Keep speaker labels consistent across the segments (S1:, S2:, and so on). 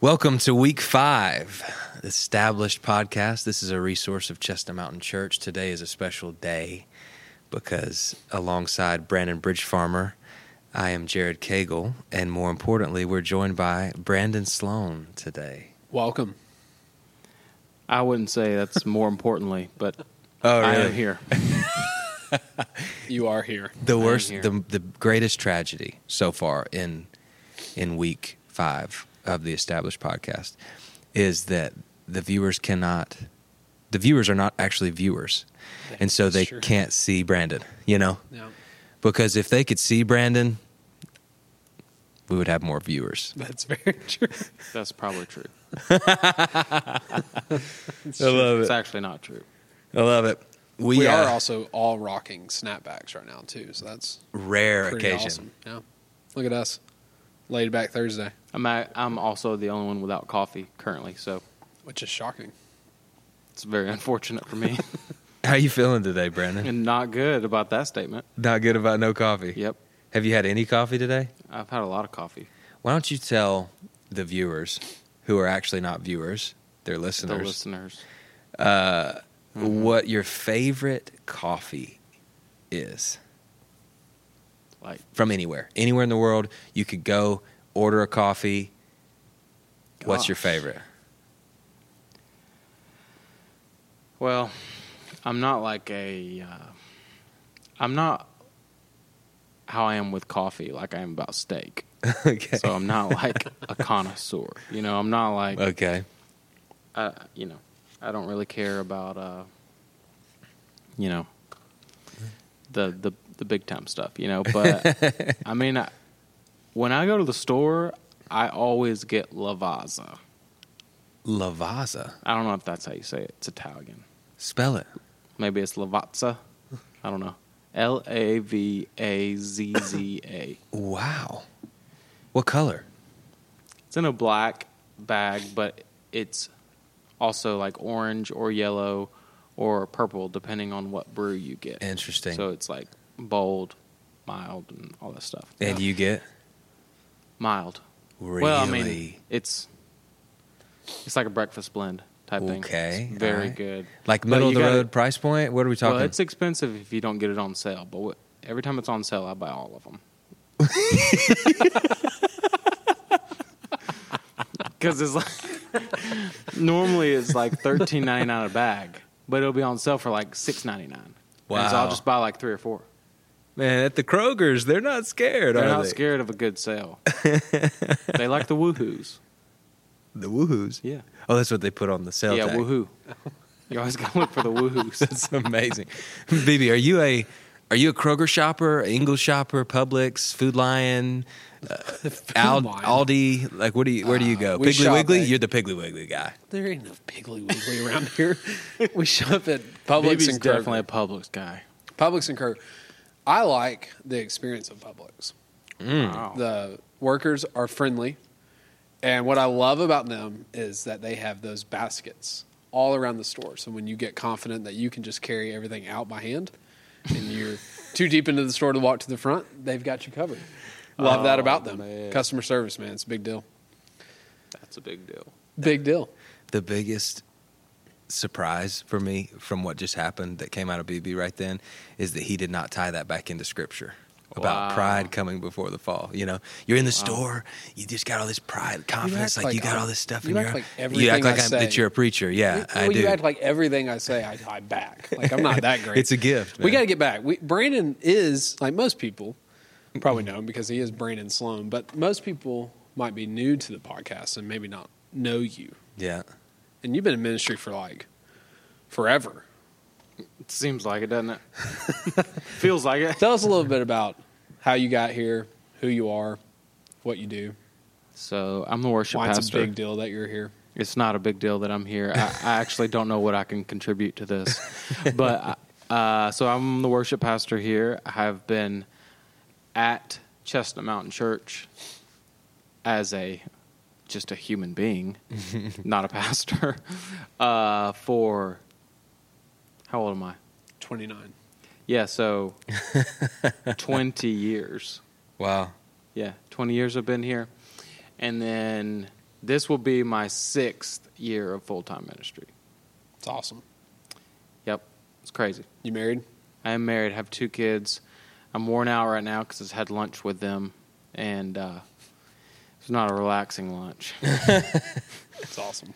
S1: Welcome to week five, the established podcast. This is a resource of Chestnut Mountain Church. Today is a special day because alongside Brandon Bridgefarmer, I am Jared Cagle, and more importantly, we're joined by Brandon Sloan today.
S2: Welcome.
S3: I wouldn't say that's more importantly, but
S1: Oh,
S3: I am here.
S2: You are here.
S1: The worst,
S3: here.
S1: the the greatest tragedy so far in in week five of the established podcast is that the viewers cannot, the viewers are not actually viewers, and so they
S2: That's true.
S1: can't see Brandon. You know,
S2: Yeah,
S1: because if they could see Brandon, we would have more viewers.
S2: that's very true.
S3: That's probably true.
S1: I love
S3: It's actually not true.
S1: I love it. We,
S2: We, are
S1: uh,
S2: also all rocking snapbacks right now too, so that's
S1: rare
S2: pretty
S1: occasion.
S2: awesome. Yeah, look at us, laid back Thursday,
S3: I'm a- I'm also the only one without coffee currently, so
S2: which is shocking.
S3: it's very unfortunate for me
S1: How you feeling today, Brandon?
S3: and not good about that statement.
S1: Not good about no coffee.
S3: Yep,
S1: Have you had any coffee today?
S3: I've had a lot of coffee.
S1: Why don't you tell the viewers, who are actually not viewers, they're listeners,
S3: The listeners, Mm-hmm.
S1: what your favorite coffee is
S3: like
S1: from anywhere, anywhere in the world. You could go order a coffee. What's your
S3: Gosh.
S1: favorite?
S3: Well, I'm not like a. Uh, I'm not how I am with coffee, like I am about steak.
S1: okay.
S3: So I'm not like a connoisseur. You know, I'm not like
S1: okay.
S3: uh, you know, I don't really care about uh, you know, the the the big time stuff, you know. But I mean, I, when I go to the store, I always get Lavazza.
S1: Lavazza.
S3: I don't know if that's how you say it. It's Italian.
S1: Spell it.
S3: Maybe it's Lavazza. I don't know. L A V A Z Z A.
S1: Wow. What color?
S3: It's in a black bag, but it's also like orange or yellow or purple, depending on what brew you get.
S1: Interesting.
S3: So it's like bold, mild, and all that stuff.
S1: and
S3: Yeah.
S1: you get
S3: mild.
S1: really
S3: Well, I mean, it's it's like a breakfast blend type thing.
S1: Okay,
S3: It's very
S1: alright.
S3: good.
S1: like
S3: But
S1: middle of
S3: you
S1: the
S3: gotta-
S1: road price point. What are we talking?
S3: Well, it's expensive if you don't get it on sale, but what, every time it's on sale, I buy all of them. Because it's like normally it's like thirteen ninety nine a bag, but it'll be on sale for like six ninety nine. so
S1: Wow.
S3: I'll just buy like three or four.
S1: Man, at the Kroger's, they're not scared.
S3: They're
S1: are
S3: not
S1: they?
S3: scared of a good sale. they like the woohoo's.
S1: The woohoo's.
S3: Yeah.
S1: Oh, that's what they put on the sale.
S3: yeah,
S1: tag.
S3: woohoo. You always gotta look for the woohoo's.
S1: That's amazing. BB, are you a are you a Kroger shopper, a Ingles shopper, Publix, Food Lion, Al-
S2: Lion.
S1: Aldi? Like, what do you? Where do you go?
S2: we
S1: Piggly
S2: shop
S1: Wiggly.
S2: at-
S1: You're the Piggly Wiggly guy.
S2: There ain't no piggly wiggly around here. We shop at Publix
S3: Baby's
S2: and
S3: definitely a
S2: Kroger.
S3: Publix guy.
S2: Publix and Kroger. I like the experience of Publix.
S3: Wow.
S2: The workers are friendly. And what I love about them is that they have those baskets all around the store. So when you get confident that you can just carry everything out by hand and you're too deep into the store to walk to the front, they've got you covered. Love that about them.
S3: man.
S2: Customer service, man. It's a big deal.
S3: That's a big deal.
S2: Big deal.
S1: The biggest surprise for me from what just happened that came out of BB right then is that he did not tie that back into scripture about
S3: Wow.
S1: pride coming before the fall. You know, you're in the store, you just got all this pride, confidence, like,
S2: like
S1: you got
S2: I-
S1: all this stuff,
S2: you
S1: in
S2: act
S1: your
S2: like
S1: you
S2: everything
S1: act like
S2: I
S1: I'm, that
S2: say-
S1: you're a preacher. Yeah,
S2: You-
S1: I
S2: well,
S1: do.
S2: You act like everything I say, I tie back. Like I'm not that great.
S1: It's a gift,
S2: We
S1: man.
S2: got to get back. We, Brandon is like most people probably know him because he is Brandon Sloan, but most people might be new to the podcast and maybe not know you.
S1: yeah.
S2: And you've been in ministry for like forever.
S3: It seems like it, doesn't it? Feels like it.
S2: Tell us a little bit about how you got here, who you are, what you do,
S3: So I'm the worship
S2: why it's a
S3: pastor.
S2: big deal that you're here.
S3: It's not a big deal that I'm here. I, I actually don't know what I can contribute to this, but uh, so I'm the worship pastor here. I have been at Chestnut Mountain Church as a just a human being, not a pastor, uh, for how old am I?
S2: 29.
S3: Yeah, so 20 years.
S1: Wow.
S3: Yeah, 20 years I've been here. And then This will be my sixth year of full time ministry.
S2: It's awesome.
S3: Yep, it's crazy.
S2: You married?
S3: I am married, have two kids. I'm worn out right now because I had lunch with them, and uh, it's not a relaxing lunch.
S2: It's awesome.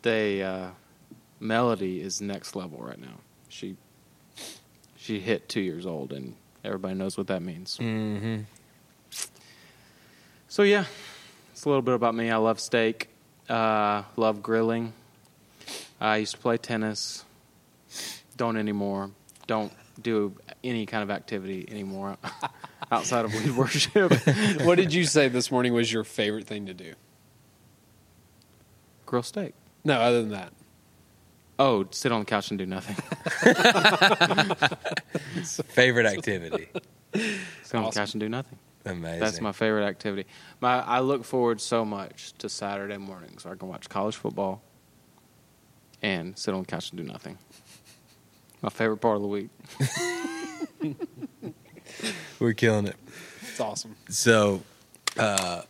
S3: they uh, Melody is next level right now. She she hit two years old, and everybody knows what that means.
S1: Mm-hmm.
S3: So yeah, it's a little bit about me. I love steak, uh, love grilling. I used to play tennis. Don't anymore. Don't do any kind of activity anymore outside of lead worship.
S2: what did you say this morning was your favorite thing to do?
S3: Grill steak.
S2: No, other than that.
S3: Oh, sit on the couch and do nothing.
S1: Favorite activity.
S3: Sit on the
S2: Awesome.
S3: couch and do nothing.
S1: Amazing.
S3: That's my favorite activity. My I look forward so much to Saturday morning so I can watch college football and sit on the couch and do nothing. My favorite part of the week.
S1: We're killing it.
S2: It's awesome.
S1: So, uh,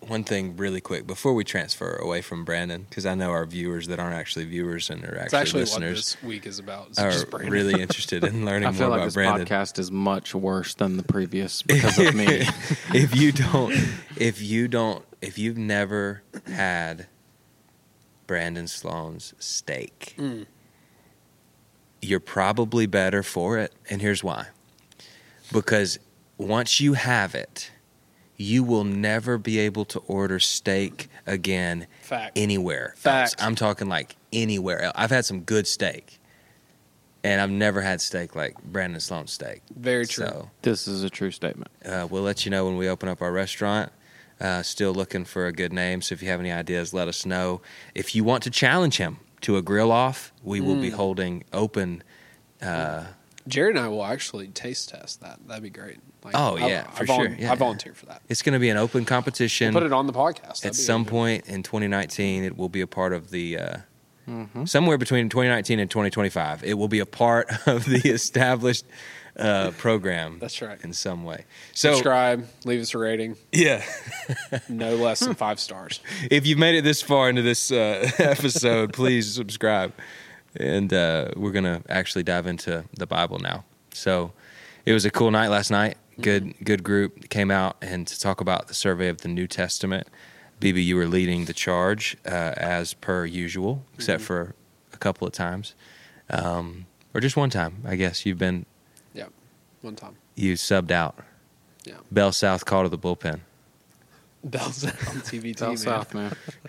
S1: one thing really quick before we transfer away from Brandon, because I know our viewers that aren't actually viewers and are
S2: It's
S1: actually,
S2: actually what
S1: listeners
S2: this week is about. It's
S1: are
S2: just Brandon.
S1: really interested in learning
S3: I
S1: more
S3: feel like
S1: about
S3: this
S1: Brandon.
S3: podcast is much worse than the previous because of me.
S1: if you don't, if you don't, if you've never had Brandon Sloan's steak,
S2: Mm.
S1: you're probably better for it. And here's why because once you have it, you will never be able to order steak again
S2: Fact.
S1: anywhere.
S2: Fact.
S1: else. I'm talking like anywhere else. I've had some good steak, and I've never had steak like Brandon Sloan's steak.
S2: Very true.
S1: So,
S3: this is a true statement.
S1: uh, we'll let you know when we open up our restaurant. Uh, still looking for a good name, so if you have any ideas, let us know. If you want to challenge him to a grill off, we will
S2: Hmm.
S1: be holding open.
S2: Jared and I will actually taste test that. That'd be great. Like,
S1: Oh,
S2: I-
S1: yeah,
S2: I,
S1: for
S2: volun-
S1: sure. Yeah.
S2: I volunteer for that.
S1: It's going to be an open competition.
S2: Put it on the podcast. That'd
S1: At
S2: be
S1: some
S2: good.
S1: point in 2019, it will be a part of the. Uh,
S2: Mm-hmm.
S1: Somewhere between 2019 and 2025, it will be a part of the established uh, program.
S2: That's right.
S1: In some way. So,
S2: subscribe, leave us a rating,
S1: yeah.
S2: no less than five stars.
S1: if you've made it this far into this uh, episode, please subscribe. And uh, we're going to actually dive into the Bible now. So it was a cool night last night. Good, good group came out and to talk about the survey of the New Testament. BB, you were leading the charge uh, as per usual, except for a couple of times, um, or just one time, I guess. You've been
S2: Yep. One time.
S1: you subbed out.
S2: Yeah.
S1: Bell South called to the bullpen.
S2: Bells out on TBT,
S3: Down
S2: man.
S3: south, man.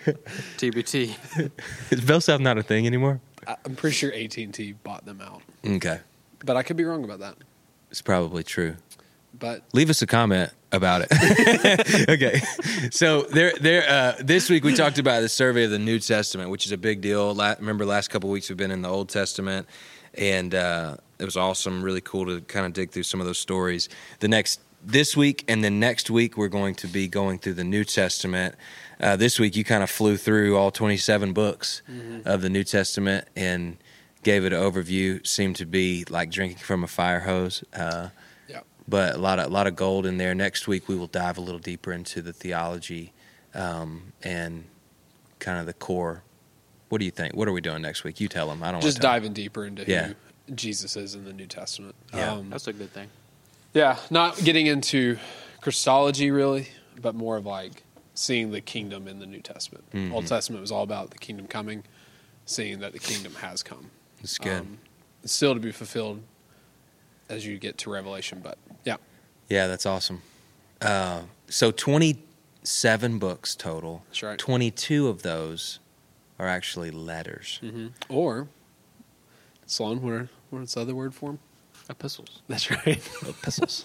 S3: TBT.
S1: Is Bell South not a thing anymore?
S2: I- I'm pretty sure AT&T bought them out,
S1: Okay,
S2: but I could be wrong about that.
S1: it's probably true.
S2: But
S1: leave us a comment about it. okay. So there, there. Uh, this week we talked about the survey of the New Testament, which is a big deal. La- remember, last couple weeks we've been in the Old Testament, and uh, it was awesome. Really cool to kind of dig through some of those stories. The next this week and then next week we're going to be going through the New Testament. Uh, this week you kind of flew through all 27 books of the New Testament and gave it an overview. Seemed to be like drinking from a fire hose. Uh,
S2: yeah,
S1: but a lot of a lot of gold in there. Next week we will dive a little deeper into the theology um, and kind of the core. What do you think? What are we doing next week? You tell them. I don't
S2: just
S1: wanna
S2: diving deeper into
S1: Yeah.
S2: who Jesus is in the New Testament. Um,
S1: Yeah.
S3: That's a good thing.
S2: yeah, not getting into Christology really, but more of like seeing the kingdom in the New Testament.
S1: Mm-hmm.
S2: Old Testament was all about the kingdom coming, seeing that the kingdom has come.
S1: Tell. It's good.
S2: Um, it's still to be fulfilled as you get to Revelation, but yeah,
S1: yeah, that's awesome. Uh, so twenty seven books total.
S2: That's right.
S1: Twenty two of those are actually letters.
S2: Mm-hmm. or Sloan, what what's the other word for him?
S3: Epistles.
S2: That's right,
S1: Epistles.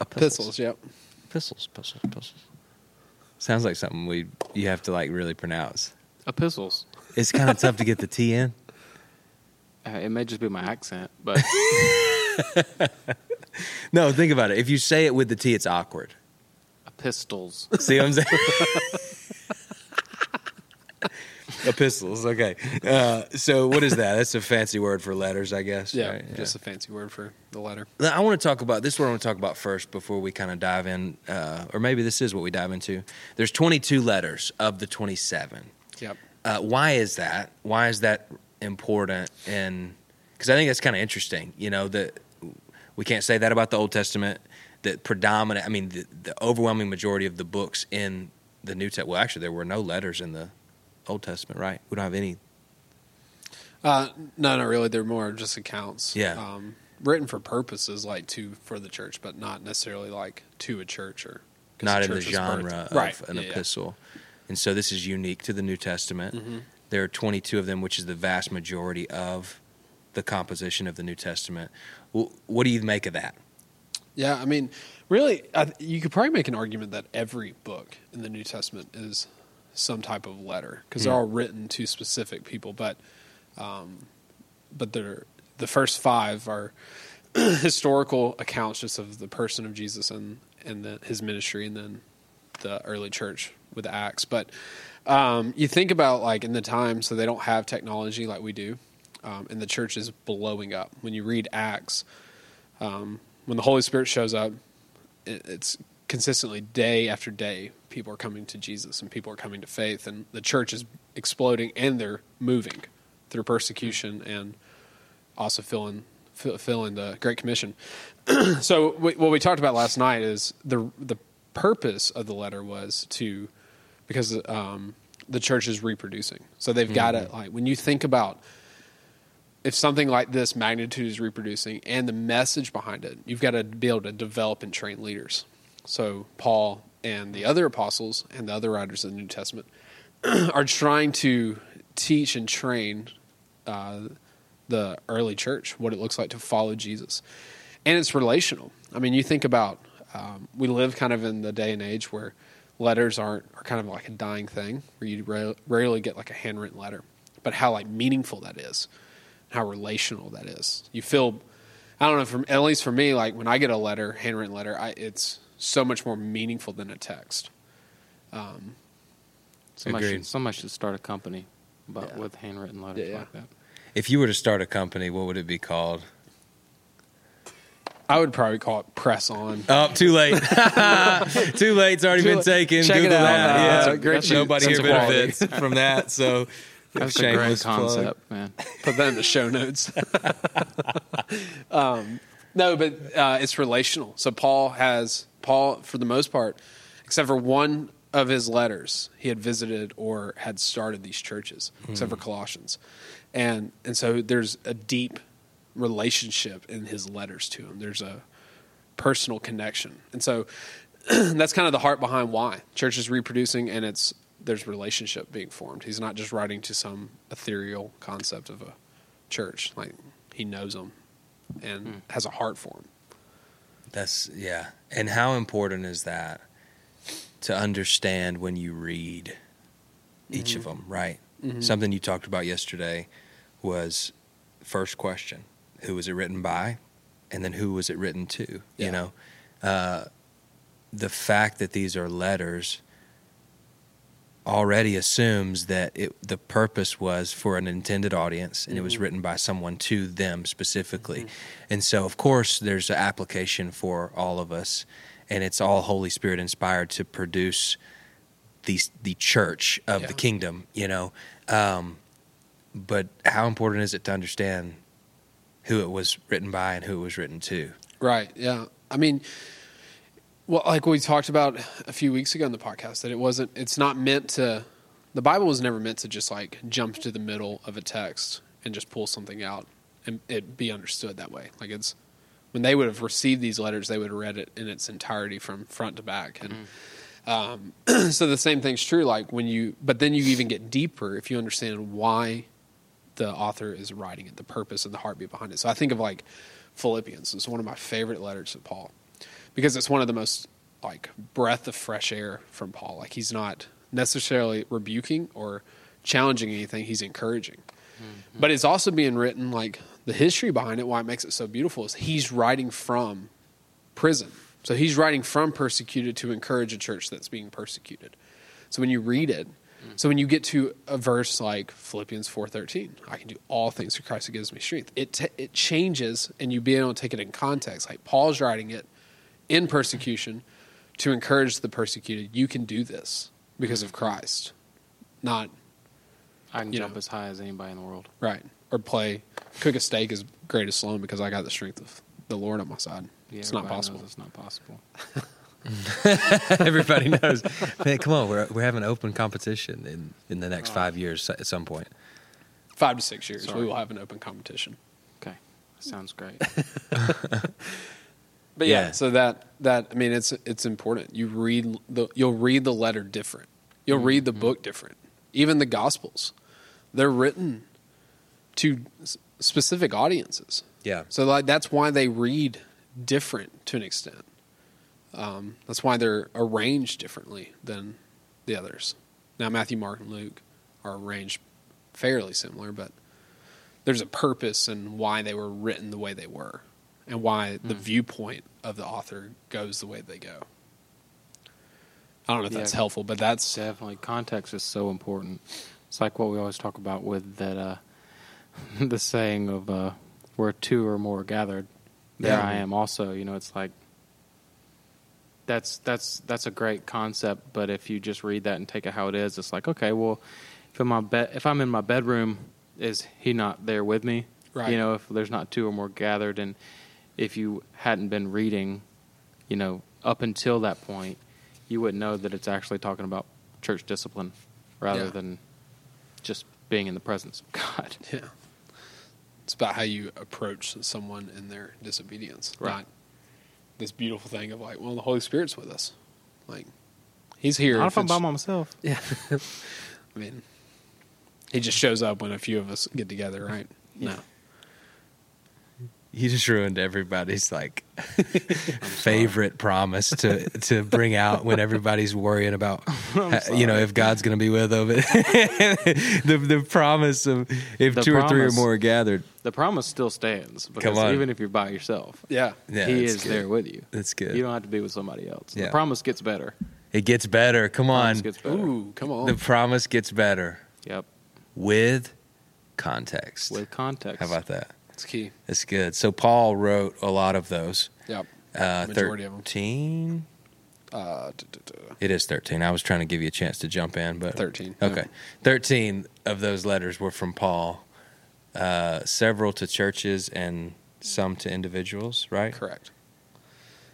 S2: epistles. Yep.
S1: Epistles. Epistles. Epistles. Sounds like something we you have to like really pronounce.
S3: Epistles.
S1: It's kind of tough to get the T in.
S3: Uh, it may just be my accent, but
S1: No, think about it. If you say it with the T, it's awkward.
S3: epistles.
S1: See what I'm saying? Epistles. Okay. Uh, so what is that? That's a fancy word for letters, I guess.
S2: Yeah,
S1: right?
S2: just a fancy word for the letter.
S1: Now, I want to talk about this. Is what I want to talk about first before we kind of dive in, uh, or maybe this is what we dive into. There's 22 letters of the 27.
S2: Yep.
S1: Uh, why is that? Why is that important? And because I think that's kind of interesting. You know that we can't say that about the Old Testament. That predominant. I mean, the, the overwhelming majority of the books in the New Testament. Well, actually, there were no letters in the Old Testament, right? We don't have any.
S2: Uh, no, not really. They're more just accounts.
S1: Yeah.
S2: Um, written for purposes like to for the church, but not necessarily like to a church or 'cause
S1: not
S2: a
S1: in the
S2: church was birthed.
S1: genre of
S2: right.
S1: an
S2: yeah, yeah.
S1: epistle. And so this is unique to the New Testament.
S2: Mm-hmm.
S1: There are 22 of them, which is the vast majority of the composition of the New Testament. Wh- What do you make of that?
S2: Yeah, I mean, really, I, th- you could probably make an argument that every book in the New Testament is some type of letter because they're all written to specific people. But, um, but they're the first five are historical accounts just of the person of Jesus and and the, his ministry, and then the early church with Acts. But um, you think about like in the time, so they don't have technology like we do, um, and the church is blowing up. When you read Acts, um, when the Holy Spirit shows up, it, it's consistently day after day people are coming to Jesus and people are coming to faith, and the church is exploding and they're moving through persecution and also filling fill- filling the Great Commission. so we, what we talked about last night is the the purpose of the letter was to because um, the church is reproducing, so they've got to like when you think about if something like this magnitude is reproducing and the message behind it, you've got to be able to develop and train leaders. So Paul and the other apostles and the other writers of the New Testament are trying to teach and train uh, the early church what it looks like to follow Jesus, and it's relational. I mean, you think about um, we live kind of in the day and age where letters aren't are kind of like a dying thing, where you ra- rarely get like a handwritten letter, but how like meaningful that is, how relational that is. You feel, I don't know, from at least for me, like when I get a letter, handwritten letter, I, it's so much more meaningful than a text.
S3: Somebody
S1: Agreed.
S3: should, somebody should start a company, but
S2: Yeah.
S3: with handwritten letters
S2: Yeah.
S3: like that.
S1: If you were to start a company, what would it be called?
S2: I would probably call it press on.
S1: Oh, too late. too late. It's already
S2: Too
S1: been
S2: late.
S1: taken.
S2: Check it
S1: Google
S2: out.
S1: that.
S2: Uh,
S1: yeah,
S2: that's a great shoot.
S1: nobody
S2: Sense
S1: here
S2: of quality.
S1: benefits from that. So
S3: That's a great
S1: shameless plug.
S3: concept, man.
S2: put that in the show notes. um, no, but uh, it's relational. So Paul has Paul for the most part, except for one of his letters, he had visited or had started these churches, except for Colossians, and and so there's a deep relationship in his letters to him. There's a personal connection, and so that's kind of the heart behind why church is reproducing and it's there's relationship being formed he's not just writing to some ethereal concept of a church like he knows them and has a heart for them
S1: That's yeah. And how important is that to understand when you read each
S2: Mm-hmm.
S1: of them, right? Something you talked about yesterday was first question, who was it written by? And then who was it written to?
S2: Yeah.
S1: You know, uh, the fact that these are letters already assumes that it, the purpose was for an intended audience and it was written by someone to them specifically. And so, of course, there's an application for all of us, and it's all Holy Spirit inspired to produce the, the church of
S2: Yeah.
S1: the kingdom, you know. Um, but how important is it to understand who it was written by and who it was written to?
S2: right yeah i mean well like we talked about a few weeks ago in the podcast that it wasn't it's not meant to the bible was never meant to just like jump to the middle of a text and just pull something out and it be understood that way like it's when they would have received these letters they would have read it in its entirety from front to back and um, so the same thing's true like when you but then you even get deeper if you understand why the author is writing it, the purpose and the heartbeat behind it. So I think of like Philippians. It's one of my favorite letters to Paul because it's one of the most like breath of fresh air from Paul. Like he's not necessarily rebuking or challenging anything, he's encouraging. But it's also being written like the history behind it, why it makes it so beautiful is he's writing from prison. So he's writing from persecuted to encourage a church that's being persecuted. So when you read it,
S3: Mm.
S2: So when you get to a verse like Philippians 4:13, I can do all things through Christ who gives me strength. It t- it changes and you being able to take it in context. Like Paul's writing it in persecution to encourage the persecuted, you can do this because of Christ. Not
S3: I can
S2: You
S3: jump
S2: know.
S3: as high as anybody in the world.
S2: right or play cook a steak as great as Sloan because I got the strength of the Lord on my side.
S3: Yeah,
S2: it's not
S3: everybody knows
S2: possible.
S3: It's not possible.
S1: Everybody knows. Man, come on, we're we're having open competition in in the next five years at some point.
S2: Five to six years,
S3: Sorry.
S2: we will have an open competition.
S3: Okay, sounds great.
S2: But yeah,
S1: Yeah.
S2: so that that I mean, it's it's important. You read the you'll read the letter different. You'll read the book different. Even the Gospels, they're written to s- specific audiences.
S1: Yeah.
S2: So like that's why they read different to an extent. Um, that's why they're arranged differently than the others. Now Matthew, Mark, and Luke are arranged fairly similar, but there's a purpose and why they were written the way they were, and why the viewpoint of the author goes the way they go. I don't know if
S3: Yeah.
S2: that's helpful, but that's
S3: Definitely, context is so important. It's like what we always talk about with that, uh, the saying of uh, "where two or more are gathered, there
S2: Yeah.
S3: I am." Also, you know, it's like that's that's that's a great concept, but if you just read that and take it how it is, it's like, okay, well, if in my bed, if I'm in my bedroom, is he not there with me?
S2: Right.
S3: You know, if there's not two or more gathered, and if you hadn't been reading, you know, up until that point, you wouldn't know that it's actually talking about church discipline rather
S2: Yeah.
S3: than just being in the presence of God.
S2: yeah. It's about how you approach someone in their disobedience,
S3: Right.
S2: not this beautiful thing of like, well, the Holy Spirit's with us, like He's here.
S3: Not
S2: if
S3: if I'm
S2: it's-
S3: by myself.
S2: Yeah. I mean, he just shows up when a few of us get together, right? No.
S1: You just ruined everybody's like favorite promise to to bring out when everybody's worrying about uh, you know if God's going to be with them. the the promise of if
S3: The
S1: two or three or
S3: promise.
S1: more are gathered.
S3: The promise still stands because
S1: on.
S3: even if you're by yourself,
S2: Yeah.
S1: Yeah,
S3: He
S1: that's
S3: is
S1: good.
S3: there with you.
S1: That's good.
S3: You don't have to be with somebody else.
S1: Yeah.
S3: The promise gets better.
S1: It gets better. Come on.
S3: Promise gets better.
S2: Ooh, come on.
S1: the promise gets better
S3: Yep.
S1: with context.
S3: With context.
S1: How about that?
S2: That's key.
S1: It's good. So Paul wrote a lot of those.
S2: Yep.
S1: Uh,
S2: Majority of 'em.
S1: 13?
S2: Uh, duh, duh, duh.
S1: It is 13. I was trying to give you a chance to jump in, but
S2: 13.
S1: Okay. 13 of those letters were from Paul, uh, several to churches and some to individuals, right?
S2: Correct.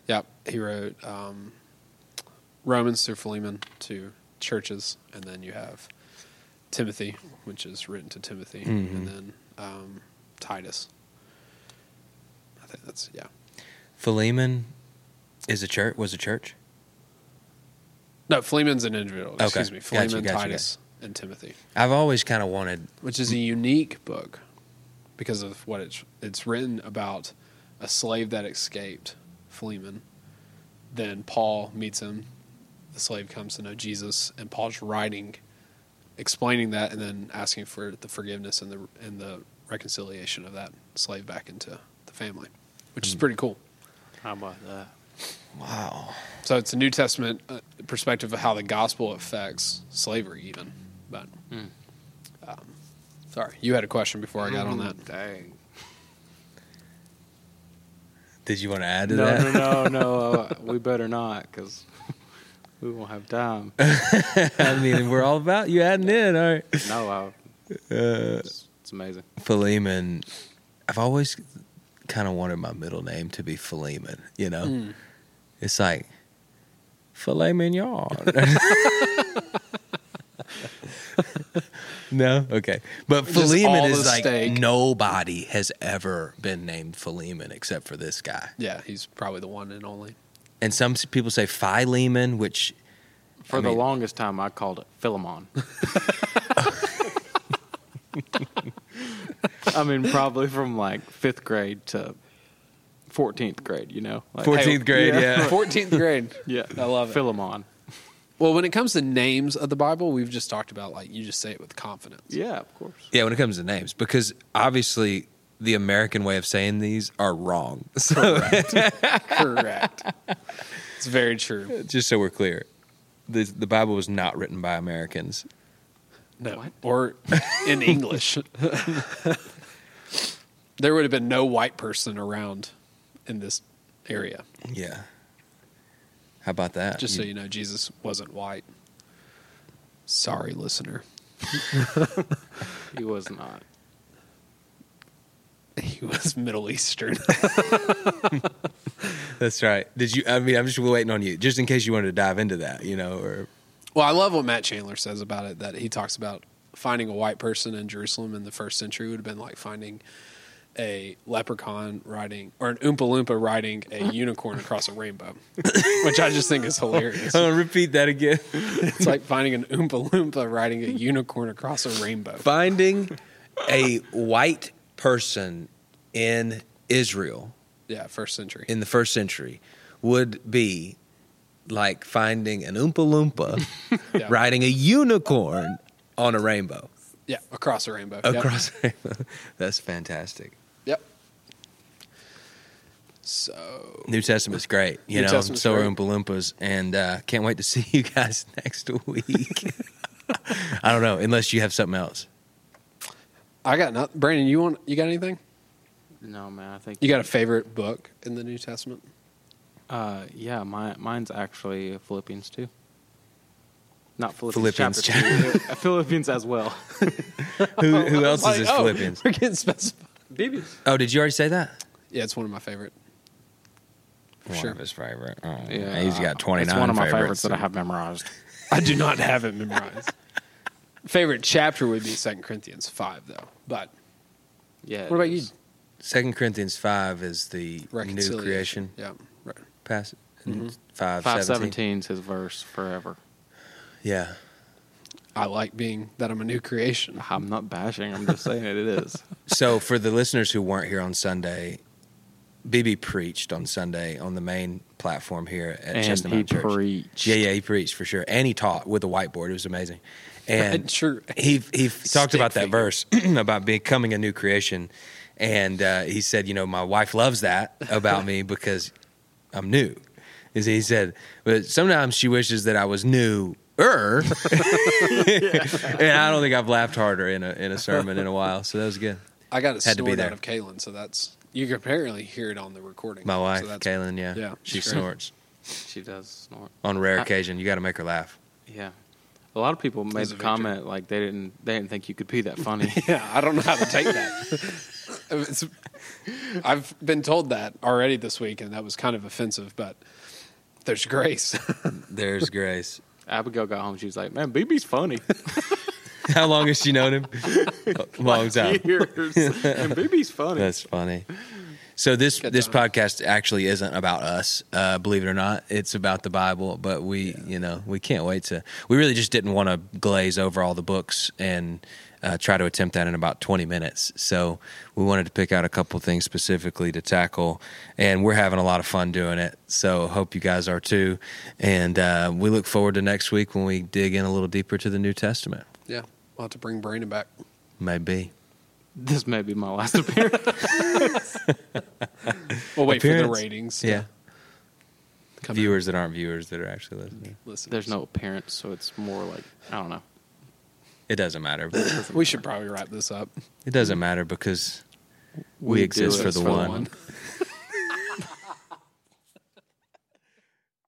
S2: Yep. He wrote um, Romans through Philemon to churches, and then you have Timothy, which is written to Timothy,
S1: Mm-hmm.
S2: and then um, Titus. I think that's, yeah.
S1: Philemon is a church, was a church?
S2: No, Philemon's an individual.
S1: Okay.
S2: Excuse me.
S1: Gotcha,
S2: Philemon,
S1: gotcha,
S2: Titus, and Timothy.
S1: I've always kind of wanted,
S2: which is a unique book because of what it's it's written about a slave that escaped Philemon. Then Paul meets him. The slave comes to know Jesus, and Paul's writing, explaining that, and then asking for the forgiveness and the and the reconciliation of that slave back into the family, which is pretty cool.
S3: How about that?
S1: wow.
S2: So it's a New Testament uh, perspective of how the gospel affects slavery, even. But
S3: Hmm.
S2: um, sorry, you had a question before I got
S3: Mm-hmm.
S2: on that.
S3: Dang.
S1: Did you want to add to
S3: No,
S1: that?
S3: no, no, no. Uh, we better not because we won't have time.
S1: I mean, we're all about you adding in. All right. Uh,
S3: No, I, it's, it's amazing.
S1: Philemon, I've always kind of wanted my middle name to be Philemon, you know? It's like filet mignon. no? Okay. But
S2: Just all
S1: Philemon
S2: the
S1: is like
S2: steak.
S1: nobody has ever been named Philemon except for this guy.
S2: Yeah, he's probably the one and only.
S1: And some s- people say Philemon, which
S3: For
S1: I
S3: the
S1: mean-
S3: longest time, I called it Philemon. I mean, probably from like fifth grade to fourteenth grade. You know, like,
S1: 14th grade, yeah.
S2: Fourteenth grade.
S3: yeah,
S2: I love it.
S3: Philemon.
S2: Well, when it comes to names of the Bible, we've just talked about like you just say it with confidence.
S3: Yeah, of course.
S1: Yeah, when it comes to names, because obviously the American way of saying these are wrong. So
S2: Correct. It's very true.
S1: just so we're clear, the the Bible was not written by Americans.
S2: No.
S3: What?
S2: Or in English. there would have been no white person around in this area.
S1: Yeah. How about that?
S2: Just so you know, Jesus wasn't white. Sorry, listener.
S3: He was not.
S2: He was Middle Eastern.
S1: That's right. Did you? I mean, I'm just waiting on you, just in case you wanted to dive into that, you know, or
S2: well, I love what Matt Chandler says about it that he talks about finding a white person in Jerusalem in the first century would have been like finding a leprechaun riding or an Oompa Loompa riding a unicorn across a rainbow, which I just think is hilarious.
S1: Oh, repeat that again.
S2: It's like finding an Oompa Loompa riding a unicorn across a rainbow.
S1: Finding a white person in Israel
S2: Yeah, first century.
S1: in the first century would be like finding an Oompa Loompa
S2: Yeah.
S1: riding a unicorn on a rainbow
S2: Yeah, across a rainbow. Yep.
S1: across. a rainbow. That's fantastic.
S2: Yep. So
S1: New Testament's great, you
S2: New
S1: know.
S2: Testament's
S1: so are
S2: great.
S1: Oompa Loompas, and uh, can't wait to see you guys next week. I don't know, unless you have something else.
S2: I got nothing. Brandon, you want you got anything?
S3: No, man. I think
S2: You got a favorite book in the New Testament?
S3: Uh, yeah, my mine's actually Philippians two. Not
S1: Philippians
S3: Philippians, chapter two. Philippians as well.
S1: Who, who else
S2: Like,
S1: is this
S2: oh,
S1: Philippians?
S2: We're getting specified.
S1: Oh, did you already say that?
S2: Yeah, it's one of my favorite. For
S1: One
S2: sure.
S1: of his favorite. Oh,
S3: Yeah,
S1: he's got twenty nine.
S3: It's one of my favorites that I have memorized.
S2: I do not have it memorized. favorite chapter would be Second Corinthians five, though. But
S3: Yeah.
S2: what about you?
S1: Second Corinthians five is the new creation
S2: Reconciliation. Yeah. Right.
S1: passage. Mm-hmm. Five
S3: Five
S1: seventeen.
S3: seventeen is his verse forever.
S1: Yeah,
S2: I like being that I'm a new creation.
S3: I'm not bashing. I'm just saying it. It is.
S1: so for the listeners who weren't here on Sunday, BB preached on Sunday on the main platform here at
S3: and
S1: Chestnut
S3: he
S1: Mountain Church.
S3: preached.
S1: Yeah, yeah, he preached for sure, and he taught with a whiteboard. It was amazing, and
S2: Sure.
S1: he he talked about that
S2: figure.
S1: verse about becoming a new creation, and uh, he said, you know, my wife loves that about me because I'm new. Is he said, but sometimes she wishes that I was new. and I don't think I've laughed harder in a in a sermon in a while, so that was good.
S2: I got it
S1: Had to be
S2: snored out
S1: there.
S2: of Kaylin, so that's you can apparently hear it on the recording.
S1: My wife,
S2: so that's,
S1: Kaylin, yeah,
S2: yeah,
S1: she
S2: sure.
S1: snorts
S3: She does snort.
S1: on rare
S3: I-
S1: occasion. You got to make her laugh.
S3: Yeah. A lot of people made
S2: was
S3: the
S2: a victory.
S3: comment like they didn't they didn't think you could be that funny.
S2: Yeah, I don't know how to take that. It's- I've been told that already this week, and that was kind of offensive. But there's grace.
S1: There's Grace.
S3: Abigail got home. She was like, "Man, BB's funny."
S1: How long has she known him? A Long time.
S3: Years. and BB's funny.
S1: That's funny. So this
S2: Good
S1: this
S2: times.
S1: podcast actually isn't about us, uh, believe it or not. It's about the Bible, but we you know we can't wait to. We really just didn't want to glaze over all the books and uh, try to attempt that in about twenty minutes. So we wanted to pick out a couple things specifically to tackle, and we're having a lot of fun doing it. So hope you guys are too, and uh, we look forward to next week when we dig in a little deeper to the New Testament.
S2: yeah, we'll have to bring Brandon back.
S1: Maybe.
S3: This may be my last appearance.
S2: We'll wait for the
S1: Appearance.
S2: ratings.
S1: Yeah.
S2: Come in.
S1: viewers that aren't viewers that are actually listening.
S2: listen.
S3: There's no appearance, so it's more like I don't know.
S1: It doesn't matter.
S2: We should probably wrap this up.
S1: It doesn't matter because we,
S3: do
S1: exist
S3: it
S1: for the
S2: for the
S1: one.
S2: one.